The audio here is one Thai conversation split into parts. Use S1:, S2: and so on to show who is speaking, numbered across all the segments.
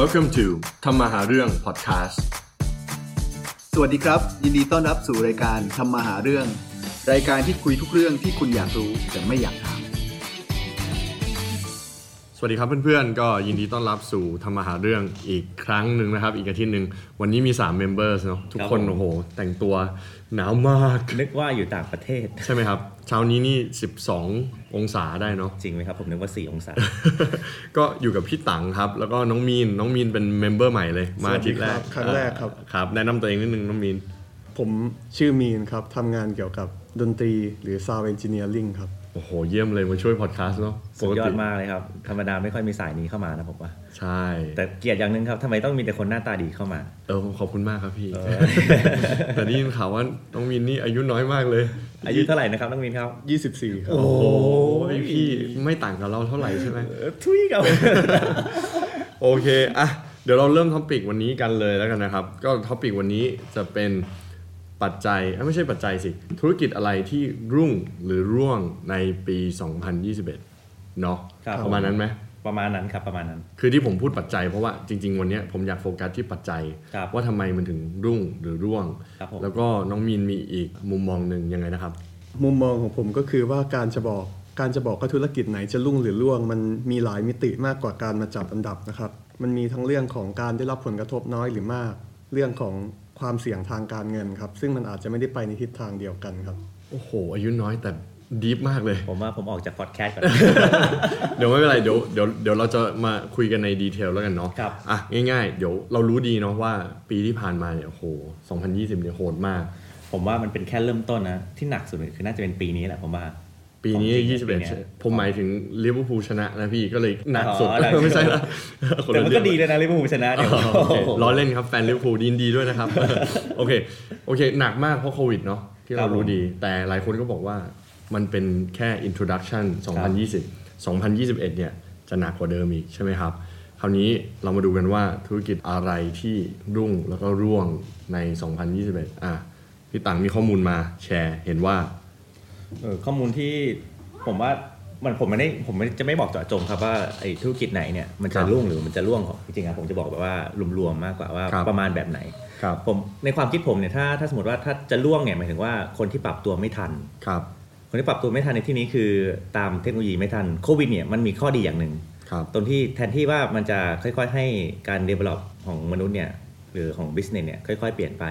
S1: Welcome to ทำมาหาเรื่อง podcast
S2: สวัสดีครับ ยินดีต้อนรับสู่รายการทำมาหาเรื่อง รายการที่คุยทุกเรื่องที่คุณอยากรู้แต่ไม่อยากถาม
S1: สวัสดีครับเพื่อนๆ ก็ยินดีต้อนรับสู่ทำมาหาเรื่องอีกครั้งหนึ่งนะครับ อีกอาทิตย์หนึ่งวันนี้มี 3 members เนาะทุกคน
S3: ครับผม
S1: โอ้โห แต่งตัวหนาวมาก
S3: นึกว่าอยู่ต่างประเทศ
S1: ใช่ไหมครับ เช้านี้นี่ 12 องศาได้เนาะ
S3: จริงไหมครับ ผมนึกว่า 4 องศา
S1: ก็อยู่กับพี่ตังครับ แล้วก็น้องมีน น้องมีนเป็นเมมเบอร์ใหม่เลย มาอาทิตย์แรก
S4: สวัสดีครับครั้งแรกครับ
S1: ครับ แนะนำตัวเองนิดนึงน้องมีน
S4: ผมชื่อมีนครับ ทำงานเกี่ยวกับดนตรีหรือ Sound Engineering ครับ
S1: โอ้โห เยี่ยมเลยมาช่วยพอดแคสต์เนาะ
S3: สุดยอดมากเลยครับ ธรรมดาไม่ค่อยมีสายนี้เข้ามานะผมว่า
S1: ใช่
S3: แต่เกลียดอย่างหนึงครับทำไมต้องมีแต่คนหน้าตาดีเข้ามา
S1: เออขอบคุณมากครับพี่ แต่นี่ยินข่าวว่าน้องมินนี่อายุน้อยมากเลย
S3: อายุเท่าไหร่นะครับน้องมินครับ
S4: 24 ครับ
S1: โอ้ยพี่ไม่ต่างกับเราเท่าไหร่ใช่ไหม
S3: ทุยกับ
S1: โอเคอ่ะเดี๋ยวเราเริ่มท็อปิกวันนี้กันเลยแล้วกันนะครับ ก็ท็อปิกวันนี้จะเป็นปัจจัยเอ้ยไม่ใช่ปัจจัยสิ ธุรกิจอะไรที่รุ่งหรือร่วงในปี 2021 เนาะ
S3: ครับ
S1: ประมาณนั้นไหม
S3: ประมาณนั้นครับประมาณนั้น
S1: คือที่ผมพูดปัจจัยเพราะว่าจริง ๆ วันเนี้ยผมอยากโฟกัสที่ปัจจัย
S3: ครับ
S1: ว่าทำไมมันถึงรุ่งหรือร่วง
S3: ครับผม
S1: แล้วก็น้องมีนมีอีกมุมมองหนึ่งยังไงนะครับ
S4: มุมมองของผมก็คือว่าการจะบอกการจะบอกว่าธุรกิจไหนจะรุ่งหรือร่วง มันมีหลายมิติมากกว่าการมาจับอันดับนะครับ มันมีทั้งเรื่องของการได้รับผลกระทบน้อยหรือมาก เรื่องของความเสี่ยงทางการเงินครับ ซึ่งมันอาจจะไม่ได้ไปในทิศทางเดียวกันครับ
S1: โอ้โห อายุน้อยแต่ดีฟมากเลย
S3: ผมว่าผมออกจากพอดแคสต์ก่อน
S1: เดี๋ยวไม่เป็นไรเดี๋ยวเดี๋ยวเดี๋ยวเราจะมาคุยกันในดีเทลแล้วกันเนาะ
S3: ครับ
S1: อ่ะง่ายๆ เดี๋ยวเรารู้ดีเนาะว่าปีที่ผ่านมาเนี่ยโอ้โห 2020 เนี่ยโหดมาก
S3: ผมว่ามันเป็นแค่เริ่มต้นนะ ที่หนักสุดเลยคือน่าจะเป็นปีนี้แหละผมว่า
S1: ปีนี้
S3: ของจริง
S1: 21
S3: ปีเนี้ย
S1: ผมหมายถึงลิเวอร์พูลชนะนะพี่ก็เลยหนักสุด
S3: อ๋อหนักสุด
S1: ไม่ใช่ละคน
S3: แต่
S1: ละ
S3: มัน
S1: เรื่
S3: ก็
S1: อง
S3: ดีเลยนะลิเวอร์พูลช นะเนี่ย
S1: อ๋อโอเคล้อเล่นครับ แฟนลิเวอร์พูลยินดีด้วยนะครับ โอเคโอเค หนักมากเพราะโควิดเนาะที่
S3: ครั
S1: เรา
S3: บผม
S1: รู้ดี แต่หลายคนก็บอกว่ามันเป็นแค่ introduction 2020 2021 เนี่ยจะหนักกว่าเดิมอีกใช่ไหมครับ คราวนี้เรามาดูกันว่าธุรกิจอะไรที่รุ่งแล้วก็ร่วงใน 2021 อ่ะพี่ตังมีข้อมูลมาแชร์เห็นว่า
S3: เออข้อมูลที่ผมว่ามันผมไม่ได้ผมไม่จะไม่บอกเจาะจงครับว่าไอ้ธุรกิจไหนเนี่ยมัน
S1: ค
S3: จะ
S1: รับ
S3: รุ่งหรือมันจะร่วงของจริงๆอะผมจะบอกแบบว่ารวมๆมากกว่าว่า
S1: ครับ
S3: ประมาณแบบไหน
S1: ครับ
S3: ผมในความคิดผมเนี่ยถ้าถ้าสมมติว่าถ้าจะร่วงเนี่ยหมายถึงว่าคนที่ปรับตัวไม่ทัน
S1: ครับ
S3: คนที่ปรับตัวไม่ทันในที่นี้คือตามเทคโนโลยีไม่ทันโควิดเนี่ยมันมีข้อดีอย่างหนึ่ง
S1: ครับ
S3: ตรงที่แทนที่ว่ามันจะค่อยๆ ให้การ develop ของมนุษย์เนี่ยหรือของ business เนี่ยค่อยๆ เปลี่ยนไป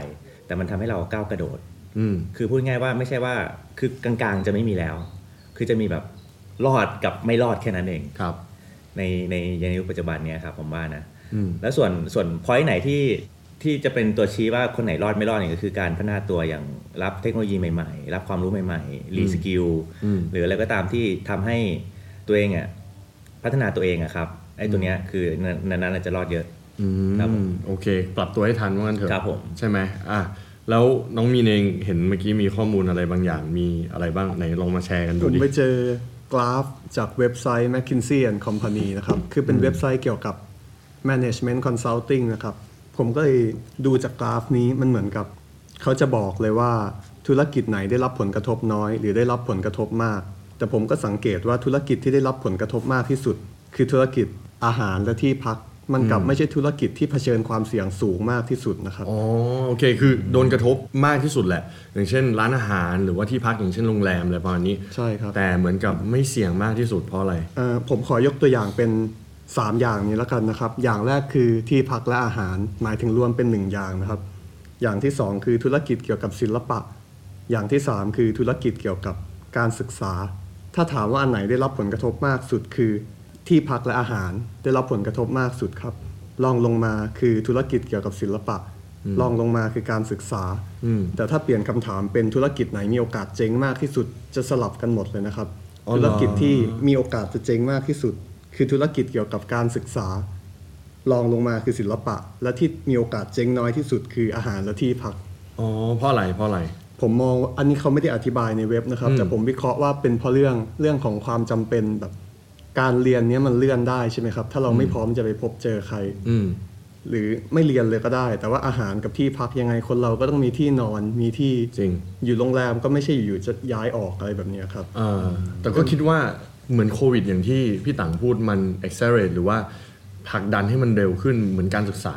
S3: แต่มันทำให้เราก้าวกระโดด
S1: อืม
S3: คือพูดง่ายว่าไม่ใช่ว่าคือกลางๆจะไม่มีแล้ว คือจะมีแบบรอดกับไม่รอดแค่นั้นเอง
S1: ครับ
S3: ในในในยุคปัจจุบันเนี้ยครับผมว่านะ
S1: อืม
S3: แล้วส่วนส่วนพอยต์ไหนที่ที่จะเป็นตัวชี้ว่าคนไหนรอดไม่รอดเนี่ยก็คือการพัฒนาตัวอย่างรับเทคโนโลยีใหม่ๆ รับความรู้ใหม่ๆรีสกิล
S1: อืม
S3: หรืออะไรก็ตามที่ทำให้ตัวเองอ่ะพัฒนาตัวเองอะครับไอ้ตัวเนี้ยคือนั้นนั้นๆอาจจะรอดเยอะ
S1: อื
S3: ครับผม ม
S1: โอเค ปรับตัวให้ทันว่างั้นเถอะ
S3: ครับผม
S1: ใช่ไหมอ่ะแล้วน้องมีนเองเห็นเมื่อกี้มีข้อมูลอะไรบางอย่างมีอะไรบ้างไหนลองมาแชร์กัน
S4: ผ
S1: ดู
S4: ม
S1: ดิ
S4: ไปเจอกราฟจากเว็บไซต์ McKinsey and Company นะครับ คือเป็นเว็บไซต์เกี่ยวกับ Management Consulting นะครับ ผมก็เลยดูจากกราฟนี้มันเหมือนกับ เขาจะบอกเลยว่าธุรกิจไหนได้รับผลกระทบน้อย หรือได้รับผลกระทบมาก แต่ผมก็สังเกตว่าธุรกิจที่ได้รับผลกระทบมากที่สุด คือธุรกิจอาหารและที่พัก มันกลับไม่ใช่ธุรกิจที่เผชิญความเสี่ยงสูงมากที่สุดนะครับ
S1: อ๋อโอเคคือโดนกระทบมากที่สุดแหละ อย่างเช่น ร้านอาหารหรือว่าที่พักอย่างเช่นโรงแรมอะไรประมาณนี้
S4: ใช่ครับ
S1: แต่เหมือนกับไม่เสี่ยงมากที่สุดเพราะอะไร
S4: เอ่อผมขอยกตัวอย่างเป็น 3 อย่างนี้แล้วกันนะครับ อย่างแรกคือที่พักและอาหารหมายถึงรวมเป็น 1 อย่างนะครับ อย่างที่ 2 คือธุรกิจเกี่ยวกับศิลปะ อย่างที่ 3 คือธุรกิจเกี่ยวกับการศึกษา ถ้าถามว่าอันไหนได้รับผลกระทบมากสุดคือที่พักและอาหารได้รับผลกระทบมากสุดครับรองลงมาคือธุรกิจเกี่ยวกับศิลปะรองลงมาคือการศึกษา
S1: อืม
S4: แต่ถ้าเปลี่ยนคำถามเป็นธุรกิจไหนมีโอกาสเจ๊งมากที่สุดจะสลับกันหมดเลยนะครับ
S1: อ๋อเห
S4: ธุ
S1: ร
S4: ร
S1: อ
S4: กิจที่มีโอกาสจะเจ๊งมากที่สุด คือธุรกิจเกี่ยวกับการศึกษา รองลงมาคือศิลปะ และที่มีโอกาสเจ๊งน้อยที่สุด คืออาหารและที่พัก
S1: อ๋อเพราะอะไรเพราะอะไร
S4: ผมมองว่าอันนี้เขาไม่ได้อธิบายในเว็บนะครับ
S1: อืม
S4: แต่ผมวิเคราะห์ว่าเป็นเพราะเรื่องเรื่องของความจำเป็นแบบการเรียนเนี้ยมันเลื่อนได้ใช่ไหมครับ ถ้าเราไม่พร้อมจะไปพบเจอใคร
S1: อืม
S4: หรือไม่เรียนเลยก็ได้ แต่ว่าอาหารกับที่พักยังไงคนเราก็ต้องมีที่นอนมีที่
S1: จริง
S4: อยู่โรงแรมก็ไม่ใช่อยู่ๆจะย้ายออกอะไรแบบเนี้ยครับ
S1: อ่าแต่ก็คิดว่าเหมือนโควิดอย่างที่พี่ตังพูดมัน accelerate หรือว่า ผลักดันให้มันเร็วขึ้นเหมือนการศึกษา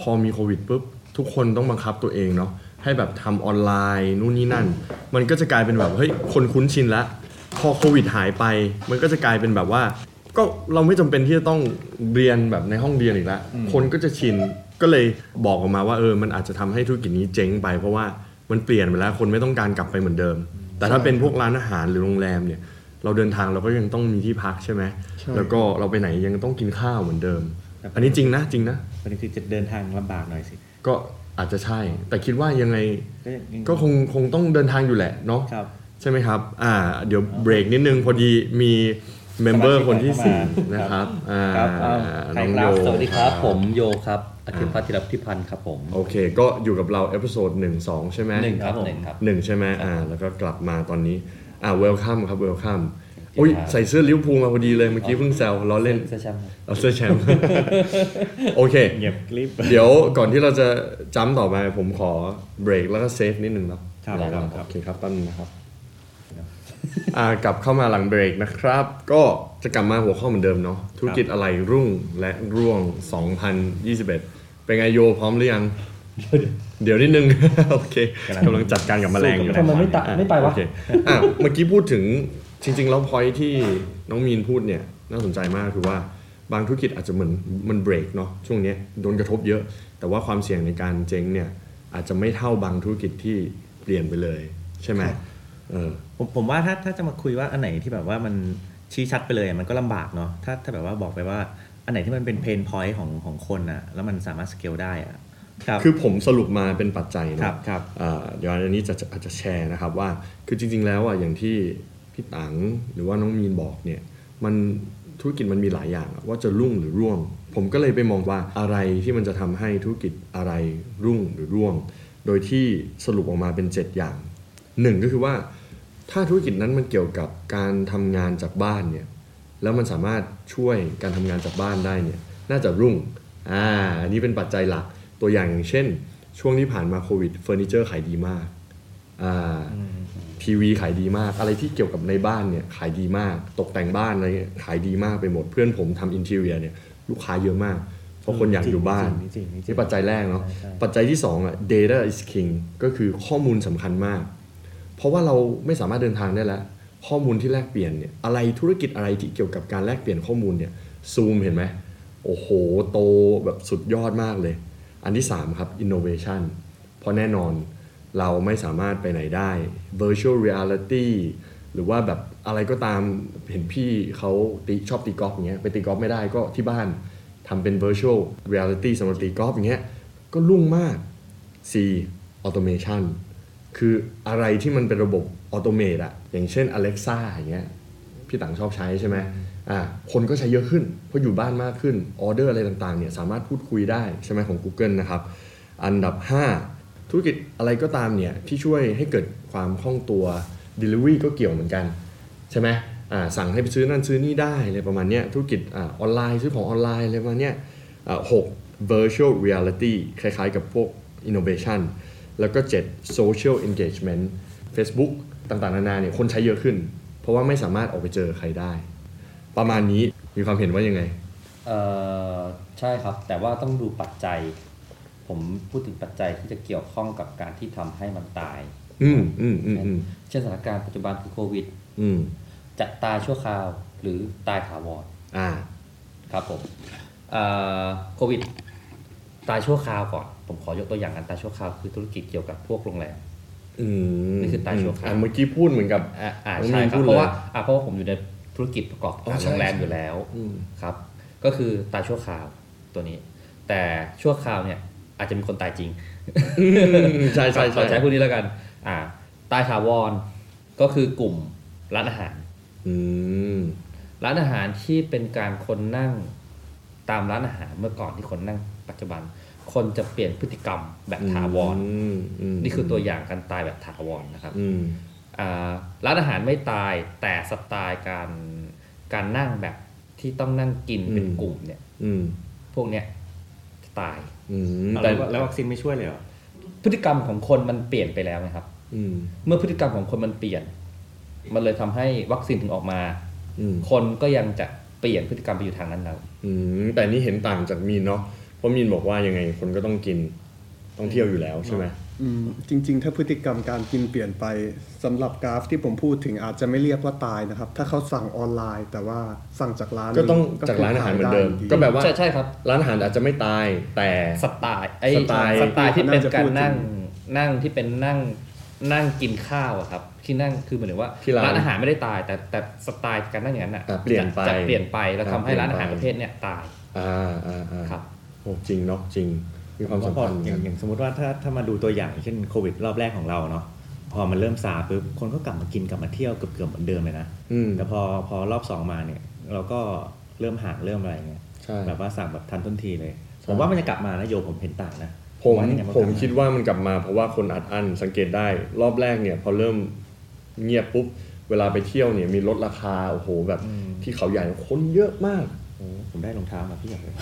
S1: พอมีโควิดปุ๊บทุกคนต้องบังคับตัวเองเนาะให้แบบทำออนไลน์นู่นนี่นั่น มันก็จะกลายเป็นแบบเฮ้ยคนคุ้นชินละพอโควิดหายไป มันก็จะกลายเป็นแบบว่า ก็เราไม่จำเป็นที่จะต้องเรียนแบบในห้องเรียนอีกแล้วคนก็จะชินก็เลยบอกออกมาว่าเออมันอาจจะทำให้ธุรกิจนี้เจ๊งไป เพราะว่ามันเปลี่ยนไปแล้วคนไม่ต้องการกลับไปเหมือนเดิม แต่ถ้าเป็นพวกร้านอาหารหรือโรงแรมเนี่ย เราเดินทางเราก็ยังต้องมีที่พักใช่ไหม
S4: ใช่
S1: แล้วก็เราไปไหนยังต้องกินข้าวเหมือนเดิม
S5: ครับ
S1: อันนี้จริงนะจริงนะ
S5: ประเด็นคือจะเดินทางลำบากหน่อยสิ
S1: ก็อาจจะใช่ แต่คิดว่ายังไง
S5: ก็ยัง
S1: ก็คงคงต้องเดินทางอยู่แหละเนาะ
S5: ครับ
S1: ใช่ไหมครับอ่าเดี๋ยวเบรกนิดนึงพอดีมีเมมเบอร์คนที่สี่
S5: สมาชิก
S1: นะครับอ่า
S5: ครับเอาใคร
S1: น้องโย
S5: ครับ
S3: สวัสดีครับ ผมโยครับอาทิตย์พัฒน์ธีรพิพันธ์ครับผม
S1: โอเค ก็อยู่กับเราเอพิโซดหนึ่งสองใช่ไหม
S3: หนึ่งครับหนึ่งครับ
S1: หนึ่งใช่ไหมอ่า แล้วก็กลับมาตอนนี้ อ่าเวลคัมครับเวลคัม
S3: บ
S1: อุ้ยใส่เสื้อลิเวอร์พูลมาพอดีเลยเมื่อกี้เพิ่งแซวล้อเล่น
S3: เสื้อแชมป์ครับ
S1: เอาเสื้อแชมป์ โอเค
S5: เงียบกริบ
S1: เดี๋ยวก่อนที่เราจะจ้ำต่อไปผมขอเบรกแล้วก็เซฟนิดนึงเนาะ
S5: ครับ
S1: ได้
S5: ครับ
S1: โอเคครับแป๊บนึงนะครับ อ่ากลับเข้ามาหลังเบรกนะครับ ก็จะกลับมาหัวข้อเหมือนเดิมเนาะธุรกิจอะไรรุ่งและร่วง 2021 เป็นไงโยพร้อมหรือยัง เดี๋ยวนิดนึง โอเคกำลังจัดการกับแมลงอยู่
S3: ทำไมไม่ตะ
S1: อ่
S3: ไม่ไปวะ
S1: โอเคอ่ะเมื่อกี้พูดถึงจริง ๆ แล้วพอยที่น้องมีนพูดเนี่ยน่าสนใจมากคือว่าบางธุรกิจอาจจะเหมือนมันเบรกเนาะช่วงเนี้ยโดนกระทบเยอะ แต่ว่าความเสี่ยงในการเจ๊งเนี่ยอาจจะไม่เท่าบางธุรกิจที่เปลี่ยนไปเลย ใช่ไหมเออ
S5: ผมผมว่าถ้าถ้าจะมาคุยว่าอันไหนที่แบบว่ามันชี้ชัดไปเลยอะมันก็ลำบากเนาะถ้าถ้าแบบว่าบอกไปว่าอันไหนที่มันเป็นเพนพอยต์ของของคนอะแล้วมันสามารถสเกลได้อะครับ
S1: คือผมสรุปมาเป็นปัจจัยนะครับ
S5: ครับ
S1: อ่าเดี๋ยวอันนี้จะจะอาจจะแชร์นะครับว่า คือจริง ๆ แล้วอ่ะอย่างที่พี่ตังหรือว่าน้องมีนบอกเนี่ยมันธุรกิจมันมีหลายอย่างอะว่าจะรุ่งหรือร่วง ผมก็เลยไปมองว่าอะไรที่มันจะทำให้ธุรกิจอะไรรุ่งหรือร่วง โดยที่สรุปออกมาเป็น 7 อย่างหนึ่งก็คือว่าถ้าธุรกิจนั้นมันเกี่ยวกับการทำงานจากบ้านเนี่ยแล้วมันสามารถช่วยการทำงานจากบ้านได้เนี่ยน่าจะรุ่งอ่าอันนี้เป็นปัจจัยหลัก ตัวอย่างอย่างเช่น ช่วงที่ผ่านมาโควิดเฟอร์นิเจอร์ขายดีมากอ่าทีวีขายดีมาก อะไรที่เกี่ยวกับในบ้านเนี่ยขายดีมาก ตกแต่งบ้านอะไรเงี้ยขายดีมากไปหมดเพื่อนผมทำอินเท i เ r ียเนี่ยลูกค้าเยอะมาก เพราะคนอยากอยู่บ้าน
S5: จริงจริงจริง
S1: นี่ปัจจัยแรกเนาะ ปัจจัยที่ 2 อ่ะ data is king ก็คือข้อมูลสำคัญมาก เพราะว่าเราไม่สามารถเดินทางได้แล้ว ข้อมูลที่แลกเปลี่ยนเนี่ย อะไรธุรกิจอะไรที่เกี่ยวกับการแลกเปลี่ยนข้อมูลเนี่ย ซูมเห็นไหม โอ้โห โตแบบสุดยอดมากเลย อันที่ 3 ครับ innovation เพราะแน่นอนเราไม่สามารถไปไหนได้ virtual reality หรือว่าแบบอะไรก็ตามเห็นพี่เขาตีชอบตีกอล์ฟอย่างเงี้ยไปตีกอล์ฟไม่ได้ก็ที่บ้านทำเป็น virtual reality สำหรับตีกอล์ฟอย่างเงี้ยก็รุ่งมาก C automation คืออะไรที่มันเป็นระบบออโตเมตอะอย่างเช่น Alexa อย่างเงี้ย พี่ต่างชอบใช้ใช่ไหมอ่า คนก็ใช้เยอะขึ้น เพราะอยู่บ้านมากขึ้น ออเดอร์อะไรต่างๆ เนี่ยสามารถพูดคุยได้ใช่ไหมของ Google นะครับ อันดับ 5 ธุรกิจอะไรก็ตามเนี่ยที่ช่วยให้เกิดความคล่องตัว Delivery ก็เกี่ยวเหมือนกัน ใช่ไหมอ่าสั่งให้ไปซื้อนั่นซื้อนี่ได้อะไรประมาณเนี้ยธุรกิจอาออนไลน์ซื้อของออนไลน์อะไรประมาณเนี้ยอ่าหก virtual reality คล้ายๆกับพวก innovation แล้วก็ 7 social engagement Facebook ต่างๆ นานาเนี่ยคนใช้เยอะขึ้น เพราะว่าไม่สามารถออกไปเจอใครได้ ประมาณนี้มีความเห็นว่ายังไง
S3: เอ่อใช่ครับ แต่ว่าต้องดูปัจจัย ผมพูดถึงปัจจัยที่จะเกี่ยวข้องกับการที่ทำให้มันตาย
S1: อืมอืมอืมอืม
S3: เช่นสถานการณ์ปัจจุบันคือโควิด
S1: อืม
S3: จะตายชั่วคราวหรือตายถาวร
S1: อ่า
S3: ครับผมเอ่อโควิด ตายชั่วคราวก่อน ผมขอยกตัวอย่างการตายชั่วคราวคือธุรกิจเกี่ยวกับพวกโรงแรม
S1: อืม
S3: นี่คือตายชั่วคราว
S1: อ่ะเมื่อกี้พูดเหมือนกับ
S3: อ่าอ่า
S1: น้อง
S3: ใช่
S1: มีน
S3: ครับ
S1: พูด
S3: เพ
S1: ลย
S3: ราะว่าอ่าเพราะว่าผมอยู่ในธุรกิจประกอบ
S1: อ๋
S3: กา
S1: อ
S3: ร
S1: ใช่
S3: โรงแรม
S1: ใช่
S3: อยู่แล้ว
S1: อืม
S3: ครับ ก็คือตายชั่วคราวตัวนี้ แต่ชั่วคราวเนี่ยอาจจะมีคนตายจริง
S1: อืมใช่ใช่
S3: ขอ
S1: ใช่
S3: ใช้พวกนี้แล้วกันอ่าตายถาวรก็คือกลุ่มร้านอาหาร
S1: อืม
S3: ร้านอาหารที่เป็นการคนนั่งตามร้านอาหารเมื่อก่อนที่คนนั่งปัจจุบัน คนจะเปลี่ยนพฤติกรรมแบบถาวร
S1: มม
S3: นี่คือตัวอย่างการตายแบบถาวรนะครับ
S1: อืม
S3: อ่าร้านอาหารไม่ตายแต่สไตล์การการนั่งแบบที่ต้องนั่งกินเป็นกลุ่มเนี่ย
S1: อืม
S3: พวกเนี้ยจะตาย
S1: อืม
S5: แต่แล้ววัคซีนไม่ช่วยเลยเหรอ
S3: พฤติกรรมของคนมันเปลี่ยนไปแล้วนะครับ
S1: อืม
S3: เมื่อพฤติกรรมของคนมันเปลี่ยน มันเลยทำให้วัคซีนถึงออกมา
S1: อืม
S3: คนก็ยังจะ เปลี่ยนพฤติกรรมไปอยู่ทางนั้นแล้ว
S1: อืมแต่นี่เห็นต่างจากมีนเนาะเพราะมีนบอกว่ายังไงคนก็ต้องกินต้องเที่ยวอยู่แล้วใช่ไหม
S4: อืมจริง ๆ ถ้าพฤติกรรมการกินเปลี่ยนไปสำหรับกราฟที่ผมพูดถึงอาจจะไม่เรียกว่าตายนะครับ ถ้าเขาสั่งออนไลน์ แต่ว่าสั่งจากร้าน
S1: ก็ต้อง
S4: คื
S1: จากร้านอาหารเหมือน
S4: ขย
S1: เดิม
S4: ไยู่
S1: ก็แบบว่า
S3: ใช่ใช่ครับ
S1: ร้านอาหารอาจจะไม่ตายแต่
S3: สไตล์ไอ้
S1: สไตล์
S3: สไตล์ที่เป็นการ
S4: น่าจะพูดถึง
S3: นั่งนั่งที่เป็นนั่งนั่งกินข้าวอะครับที่นั่งคือหมายถึงว่า
S1: ที่ร้าน
S3: ร้านอาหารไม่ได้ตาย แต่แต่สไตล์การนั่งอย่างนั้นอ่ะ
S1: อ่ะเปลี่ยนไป
S3: จะจะเปลี่ยนไปแล้ว
S1: อ่ะ
S3: ทำให้ร้านอาหาร
S1: เปลี่ยน
S3: ประ
S1: ไป
S3: เภทเนี้ยตาย
S1: อ่าอ่าอ่า
S3: ครับ
S1: โอ้จริงเนาะจริงมีความสำคัญเหมือน
S5: อ
S1: กั
S5: ย่าง
S1: น
S5: อย่างสมมติว่าถ้าถ้ามาดูตัวอย่างเช่นโควิดรอบแรกของเราเนาะพอมันเริ่มซาปุ๊บคนก็กลับมากินกลับมาเที่ยวเกือบเกือบเหมือนเดิมเลยนะ
S1: อืม
S5: แต่พอพอรอบสองมาเนี่ย เราก็เริ่มห่างเริ่มอะไรเงี้ย
S1: ใช่
S5: แบบว่าสั่งแบบทันท่วงทีเลย
S1: ใช่
S5: ผมว่ามันจะกลับมานะโยมผมเห็นต่างนะ
S1: ผม
S5: ว่ายังไงนก็
S1: ผ
S5: กลั
S1: ม
S5: บา
S1: คิดว่ามันกลับมาเพราะว่าคนอัดอั้นสังเกตได้รอบแรกเนี่ยพอเริ่มเงียบปุ๊บ เวลาไปเที่ยวเนี่ยมีลดราคาโอ้โหแบบ
S5: อืม
S1: ที่เขาใหญ่คนเยอะมาก
S5: โอ้ผมได้รองเท้ามาพี่อยากเลย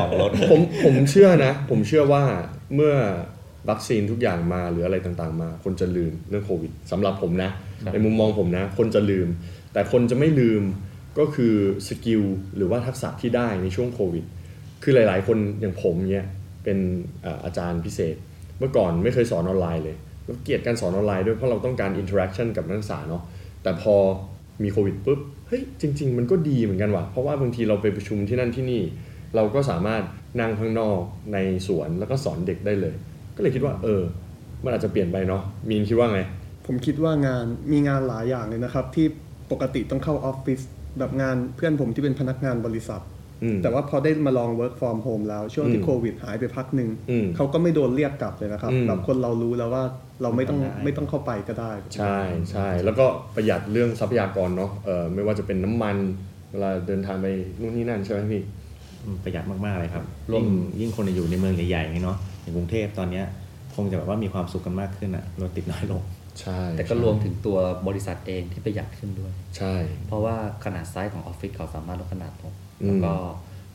S5: ของรถ
S1: ผมผมเชื่อนะ ผมเชื่อว่าเมื่อวัคซีนทุกอย่างมาหรืออะไรต่างๆ มา คนจะลืมเรื่องโควิดสำหรับผมนะ
S3: ครับ
S1: ในมุมมองผมนะ คนจะลืม แต่คนจะไม่ลืมก็คือสกิลหรือว่าทักษะที่ได้ในช่วงโควิด คือหลายๆ คนอย่างผมเนี่ยเป็นเอ่ออาจารย์พิเศษ เมื่อก่อนไม่เคยสอนออนไลน์เลยแล้วเกลียดการสอนออนไลน์ด้วยเพราะเราต้องการอินเทอร์แอคชั่นกับนักศึกษาเนาะแต่พอมีโควิดปุ๊บเฮ้ยจริง ๆ มันก็ดีเหมือนกันว่ะเพราะว่าบางทีเราไปประชุมที่นั่นที่นี่ เราก็สามารถนั่งข้างนอกในสวนแล้วก็สอนเด็กได้เลย ก็เลยคิดว่า เออ มันอาจจะเปลี่ยนไปเนาะมีนคิดว่าไง
S4: ผมคิดว่างานมีงานหลายอย่างเลยนะครับ ที่ปกติต้องเข้าออฟฟิศแบบงานเพื่อนผมที่เป็นพนักงานบริษัท
S1: อืม
S4: แต่ว่าพอได้มาลอง work from home แล้วช่วง
S1: อื
S4: ที่
S1: ม
S4: โควิดหายไปพักหนึ่ง
S1: อืม
S4: เขาก็ไม่โดนเรียกกลับเลยนะครับ
S1: อืม
S4: แบบคนเรารู้แล้วว่าเราไม่ต้อง
S5: ทำได้
S4: ไม่ต้องเข้าไปก็ได้
S1: ใช่ใช่แล้วก็ประหยัดเรื่องทรัพยากรเนาะเออไม่ว่าจะเป็นน้ำมันเวลาเดินทางไปนู่นนี่นั่นใช่ไหมพี่
S5: อืมประหยัดมาก ๆ เลยครับ
S1: รวม
S5: ยิ่งยิ่งคนอยู่ในเมืองใหญ่ๆนี่เนาะอย่างกรุงเทพตอนเนี้ยคงจะแบบว่ามีความสุขกันมากขึ้นอะรถติดน้อยลง
S1: ใช่
S3: แต่ก็รวมถึงตัวบริษัทเองที่ประหยัดขึ้นด้วย
S1: ใช่
S3: เพราะว่าขนาดไซส์ของออฟฟิศเขาสามารถลดขนาดลง
S1: อืม
S3: แล้วก็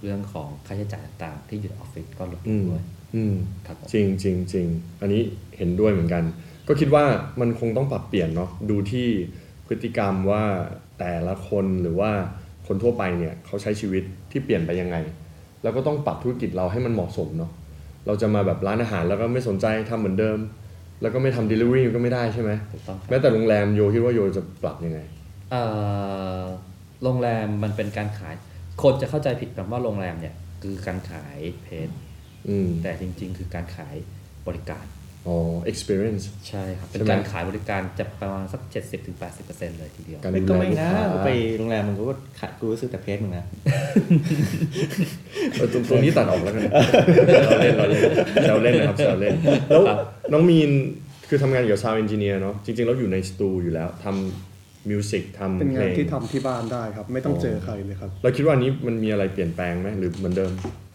S3: เรื่องของค่าใช้จ่ายต่างๆ ที่อยู่ในออฟฟิศก็ลดล
S1: อื
S3: ง
S1: ม
S3: ด้วย
S1: อืม
S3: ครับผม
S1: จริงจริงจริงอันนี้เห็นด้วยเหมือนกัน ก็คิดว่ามันคงต้องปรับเปลี่ยนเนาะดูที่พฤติกรรมว่าแต่ละคนหรือว่าคนทั่วไปเนี่ยเขาใช้ชีวิตที่เปลี่ยนไปยังไง แล้วก็ต้องปรับธุรกิจเราให้มันเหมาะสมเนาะเราจะมาแบบร้านอาหารแล้วก็ไม่สนใจทำเหมือนเดิม แล้วก็ไม่ทำ delivery ก็ไม่ได้ใช่ไหม
S3: ถูกต้องครับ
S1: แม้แต่โรงแรมโยคิดว่าโยจะปรับยังไง
S3: เอ่อโรงแรมมันเป็นการขาย คนจะเข้าใจผิดคำว่าโรงแรมเนี่ยคือการขายเพจ
S1: อืม
S3: แต่จริง ๆ คือการขายบริการ
S1: อ๋อ experience
S3: ใช่ครับ เป็น
S1: ใช่ไหม
S3: การขายบริการจะประมาณสัก 70-80%เลยทีเดียว
S1: การ
S5: ไม่
S1: ดู
S5: ก็
S1: แล
S5: ไม่
S1: ลูก
S5: นะ
S1: ค้า
S5: กูไปโรงแรมมึงก็ขาดกูก็ซื้อแต่เพจมึงนะ
S1: เออตรงตรงนี้ตัดออกแล้วกัน เราเล่นเราเล่นแซวเล่นนะครับแซวเล่นแล้วน้องมีนคือทำงานเกี่ยวกับซาวด์เอนจิเนียร์เนาะจริงๆเราอยู่ในสตูอยู่แล้วทำมิวสิกทำ
S4: เป็น
S1: เพล
S4: งาน
S1: ง
S4: ที่ทำที่บ้านได้ครับ ไม่ต้อง
S1: อ๋อ
S4: เจอใครเลยครับ
S1: เราคิดว่าอันนี้มันมีอะไรเปลี่ยนแปลงไหมหรือเหมือนเดิม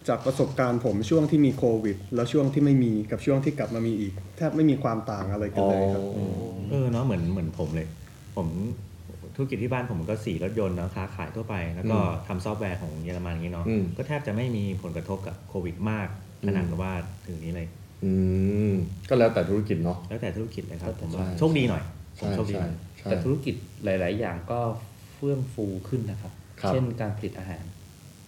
S4: จากประสบการณ์ผมช่วงที่มีโควิด แล้วช่วงที่ไม่มีกับช่วงที่กลับมามีอีกแทบไม่มีความต่างอะไรกันเลยครับ
S5: เออเนาะเหมือนเหมือนผมเลย ผมธุรกิจที่บ้านผมก็สีรถยนต์เนาะค้าขายทั่วไป แล้วก็
S1: อืม
S5: ทำซอฟต์แวร์ของเยอรมันอย่างนี้เนาะ
S1: อืม
S5: ก็แทบจะไม่มีผลกระทบกับโควิดมาก
S1: อืม
S5: ขนาดกับว่าถึงนี้เลย
S1: อืมก็แล้วแต่ธุรกิจเนาะ
S5: แล้วแต่ธุรกิจเลยครับผมว่า
S1: ใช่
S5: โชคดีหน่อยผม
S1: ใช่
S5: โชคดี
S1: ใช่
S5: หน่อย
S1: ใช่
S3: แต่ธุรกิจหลาย ๆ อย่างก็เฟื่องฟูขึ้นนะครับ
S1: ครับ
S3: เช่นการผลิตอาหาร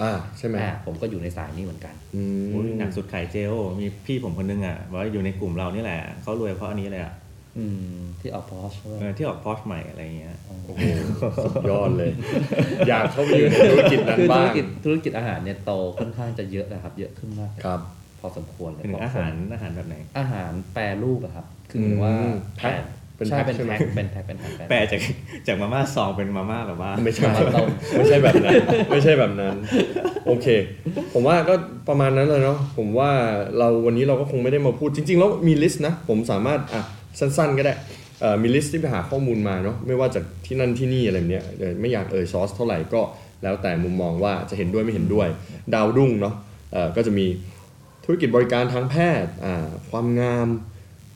S1: อ่าใช่ไหม
S3: อ่าผมก็อยู่ในสายนี้เหมือนกัน
S1: อืม
S5: โอ้ยหนักสุดขายเจลมีพี่ผมคนนึงอ่ะว่าอยู่ในกลุ่มเรานี่แหละเขารวยเพราะอันนี้เลยอ่ะ
S3: อืมที่ออกพอช
S5: เออที่ออกพอชใหม่อะไรอย่างเงี้ย
S1: โอ้โหสุดยอดเลย อยากเข้าไปอยู่ในธุรกิจนั้น
S3: คือธุ
S1: บ้าร ง
S3: กิจธุรกิจอาหารเนี่ยโตค่อนข้างจะเยอะนะครับ เยอะขึ้นมากเลย
S1: ครับ
S3: พอสมควรเลย
S5: เป็น
S3: พอ
S5: อาหารอาหารแบบไหน
S3: อาหารแปรรูปอะครับ คื
S1: ม
S3: อหมายถึงว่า
S1: แพ็คเป็น
S3: ใช่
S1: แพ็ค
S3: เป็น
S1: ใช่ไหม
S3: แพ็คเป็นแพ็คเป็นแพ็ค
S5: แปลจากจากมาม่าซองเป็นมาม่าแบบว่า
S1: ไม่ใช่ไม่ใช่แบบนั้น ไม่ใช่แบบนั้น โอเค ผมว่าก็ประมาณนั้นเลยเนาะผมว่าเราวันนี้เราก็คงไม่ได้มาพูดจริง ๆ แล้วมีลิสต์นะ ผมสามารถอ่ะสั้น ๆ ก็ได้เอ่อมีลิสต์ที่ไปหาข้อมูลมาเนาะไม่ว่าจากที่นั่นที่นี่อะไรแบบเนี้ยเดี๋ยวไม่อยากเอ่ยซอสเท่าไหร่ก็แล้วแต่มุมมองว่าจะเห็นด้วยไม่เห็นด้วย ดาวรุ่งเนาะเอ่อก็จะมีธุรกิจบริการทางแพทย์อ่าความงาม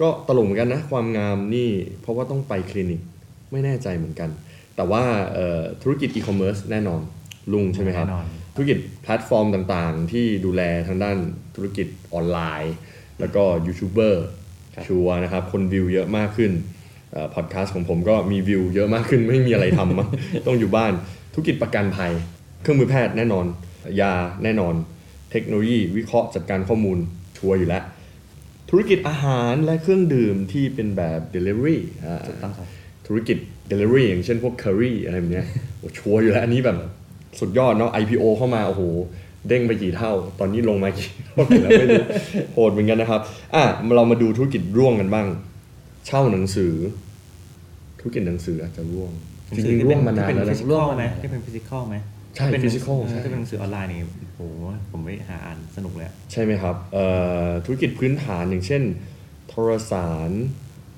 S1: ก็ตลกเหมือนกันนะความงามนี่เพราะว่าต้องไปคลินิกไม่แน่ใจเหมือนกัน แต่ว่าเอ่อธุรกิจอีคอมเมิร์ซแน่นอนลุงใช่ไหมครับ
S5: แน่นอน
S1: ธุรกิจแพลตฟอร์มต่างๆ ที่ดูแลทางด้านธุรกิจออนไลน์ แล้วก็ยูทูบเบอร์ชัวร์นะครับ คนวิวเยอะมากขึ้นพอ ดแคสต์ของผมก็มีวิวเยอะมากขึ้นไม่มีอะไรทำมั้ง ต้องอยู่บ้านธุรกิจประกันภัย เครื่องมือแพทย์แน่นอน ยาแน่นอน เทคโนโลยีวิเคราะห์จัดการข้อมูลชัวร์อยู่แล้ว ธุรกิจอาหารและเครื่องดื่มที่เป็นแบบ Delivery อ่า
S3: ตั้งครับ
S1: ธุรกิจ Delivery อย่างเช่นพวก Curry อะไรแบบเนี้ย โอ้ชัวร์อยู่แล้ว อันนี้แบบสุดยอดเนาะ IPO เข้ามา โอ้โห เด้งไปกี่เท่า ตอนนี้ลงมากี่เท่าแล้วไม่รู้ โหดเหมือนกันนะครับ อ่ะ เรามาดูธุรกิจร่วงกันบ้าง เช่าหนังสือ ธุรกิจหนังสืออาจจะร่วง จริงๆร่วงมานานแล้ว
S5: ที่เป็
S1: นะ
S5: น physical ไหมที่เป็นฟิสิกอลไหม
S1: ใช่
S5: ที่เป็น
S1: physical ใช่
S5: ที่เป็นหนังสือออนไลน์นี่โอ้โหผมไปหาอ่านสนุกเลยอะ
S1: ใช่ไหมครับเอ่อธุรกิจพื้นฐานอย่างเช่น โทรสาร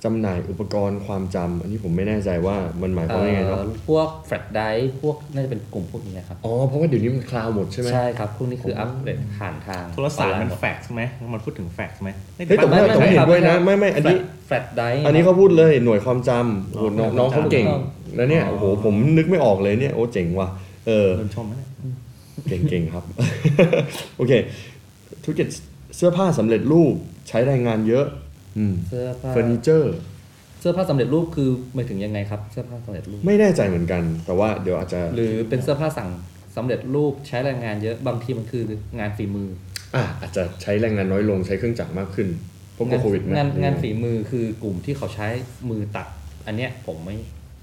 S1: จำหน่ายอุปกรณ์ความจำอันนี้ผมไม่แน่ใจว่ามันหมายความว่ายังไงเนาะ
S3: เอ่อพวกแฟลชไดรฟ์พวกน่าจะเป็นกลุ่มพวกนี้นะครับ
S1: อ๋อเพราะว่าเดี๋ยวนี้มันคลาวด์หมดใช่ไหม
S3: ใช่ครับ พวกนี้คืออัปเดตผ่านทาง
S5: โทรศัพท์
S3: ออไล
S5: มัน
S3: หด
S5: แฟกซ์ไหมมันพูดถึงแฟกซ์ไหม
S1: เฮ้ยแต่ว่าแต่ว่าเห็นด้วยนะ ไม่ไม่อันนี้
S3: แฟลชไดรฟ์
S1: อันนี้เขาพูดเลยหน่วยความจำโอ้โหน้องน้องเขาเก่ง แล้วเนี่ย โอ้โห ผมนึกไม่ออกเลยเนี่ย โอ้เจ๋งว่ะ เออ
S5: โดนชมไหมเนี่ย
S1: เก่งเก่งครับ โอเค ธุรกิจเสื้อผ้าสำเร็จรูปใช้แรงงานเยอะ อืม
S3: เสื้อผ้า
S1: เฟอร์นิเจอร์
S3: เสื้อผ้าสำเร็จรูปคือหมายถึงยังไงครับ เสื้อผ้าสำเร็จรูป
S1: ไม่แน่ใจเหมือนกัน แต่ว่าเดี๋ยวอาจจะ
S3: หรือเป็นเสื้อผ้าสั่งสำเร็จรูปใช้แรงงานเยอะบางทีมันคืองานฝีมือ
S1: อ่ะอาจจะใช้แรงงานน้อยลงใช้เครื่องจักรมากขึ้นเพราะกลัวโควิดไหม
S3: งานงานฝีมือคือกลุ่มที่เขาใช้มือตัด อันเนี้ยผมไม่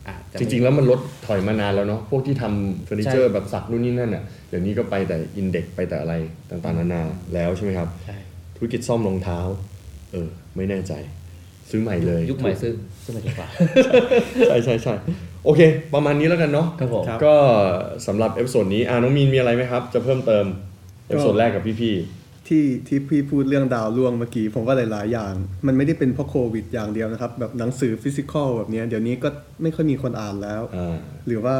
S3: อาจจะ
S1: จริง ๆ แล้วมันลดถอยมานานแล้วเนาะ พวกที่ทำเฟอร์นิเจอร์แบบสักนู่นนี่นั่นอ่ะ เดี๋ยวนี้ก็ไปแต่อินเด็กไปแต่อะไรต่างๆนานาแล้วใช่ไหมครับ
S3: ใช่
S1: ธุรกิจซ่อมรองเท้า เออ ไม่แน่ใจ ซื้อใหม่เลย
S3: ยุคใหม่ซื้อซื้อใหม่ดีกว่า
S1: ใช่ใช่ใช่โอเค ประมาณนี้แล้วกันเนาะ
S3: ครับผม
S5: ครับ
S1: ก็สำหรับเอพิโซดนี้อ่าน้องมีนมีอะไรไหมครับ จะเพิ่มเติมเอพิโซดแรกกับพี่
S4: ที่ที่พี่พูดเรื่องดาวล่วงเมื่อกี้ผมว่าหลาย ๆ อย่าง มันไม่ได้เป็นเพราะโควิดอย่างเดียวนะครับ แบบหนังสือฟิสิกอลแบบเนี้ยเดี๋ยวนี้ก็ไม่ค่อยมีคนอ่านแล้ว
S1: ๆอ่า
S4: หรือว่า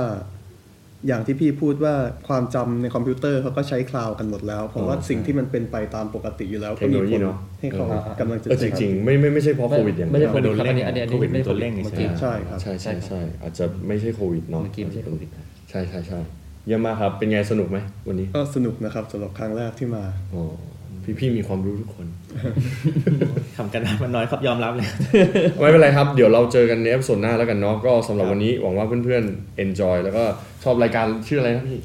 S4: อย่างที่พี่พูดว่าความจำในคอมพิวเตอร์เขาก็ใช้คลาวด์กันหมดแล้วผมว่า
S1: อ๋อ
S4: สิ่งที่มันเป็นไปตามปกติอยู่แล้ว
S1: เท
S4: ก็
S1: คโน
S4: มี
S1: โลยี
S4: ผล
S1: เนอะ
S4: ให้เขากำลังจะ
S1: เออจ
S4: เจ๊ง
S1: ริงๆ ไม่ไม่ไม่ใช่เพราะโควิดอย่าง
S3: ไม่
S1: เดี
S3: ได้
S1: ยว
S3: โควิด
S5: โดน
S3: ครับ
S5: เร่
S3: อัน
S5: ง
S3: นี้อันนี้อัน
S5: โค
S3: นี้
S5: วิด
S3: ไม่ได้
S5: โดนเร่ง
S3: เมื่อ
S5: ใช่
S3: กี้
S5: ไหม
S4: ใช่ครับ
S1: ใช่ใช่
S3: ใช่
S1: ใช่
S3: ครับ
S1: อาจจะไม่ใช่โควิดเนาะ
S3: เมื่อกี้ไม่ใช่โควิด
S1: ใช่ใช่ใช่เยี่ยมมากครับ เป็นไงสนุกไหมวันนี้
S4: ก็สนุกนะครับสำหรับครั้งแรกที่มา
S1: อ๋อพี่พี่ๆมีความรู้ทุกคน
S5: ทำกันบ้านมันน้อยครับยอมรับเลย
S1: ไม่เป็นไรครับ เดี๋ยวเราเจอกันในเอพิโซดหน้าแล้วกันเนาะ ก็สำหรับวันนี้หวังว่าเพื่อนๆ enjoy แล้วก็ชอบรายการชื่ออะไรนะพี่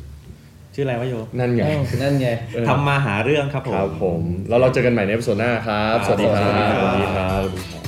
S5: ชื่ออะไรวะโย
S1: นั่นไง
S3: อ้าวนั่นไง
S5: ทำมาหาเรื่องครับผม
S1: ครับผม แล้วเราเจอกันใหม่ในเอพิโซดหน้าครับ สวัสดีครับ
S5: สวัสดีครับ
S1: สวัสดีครับ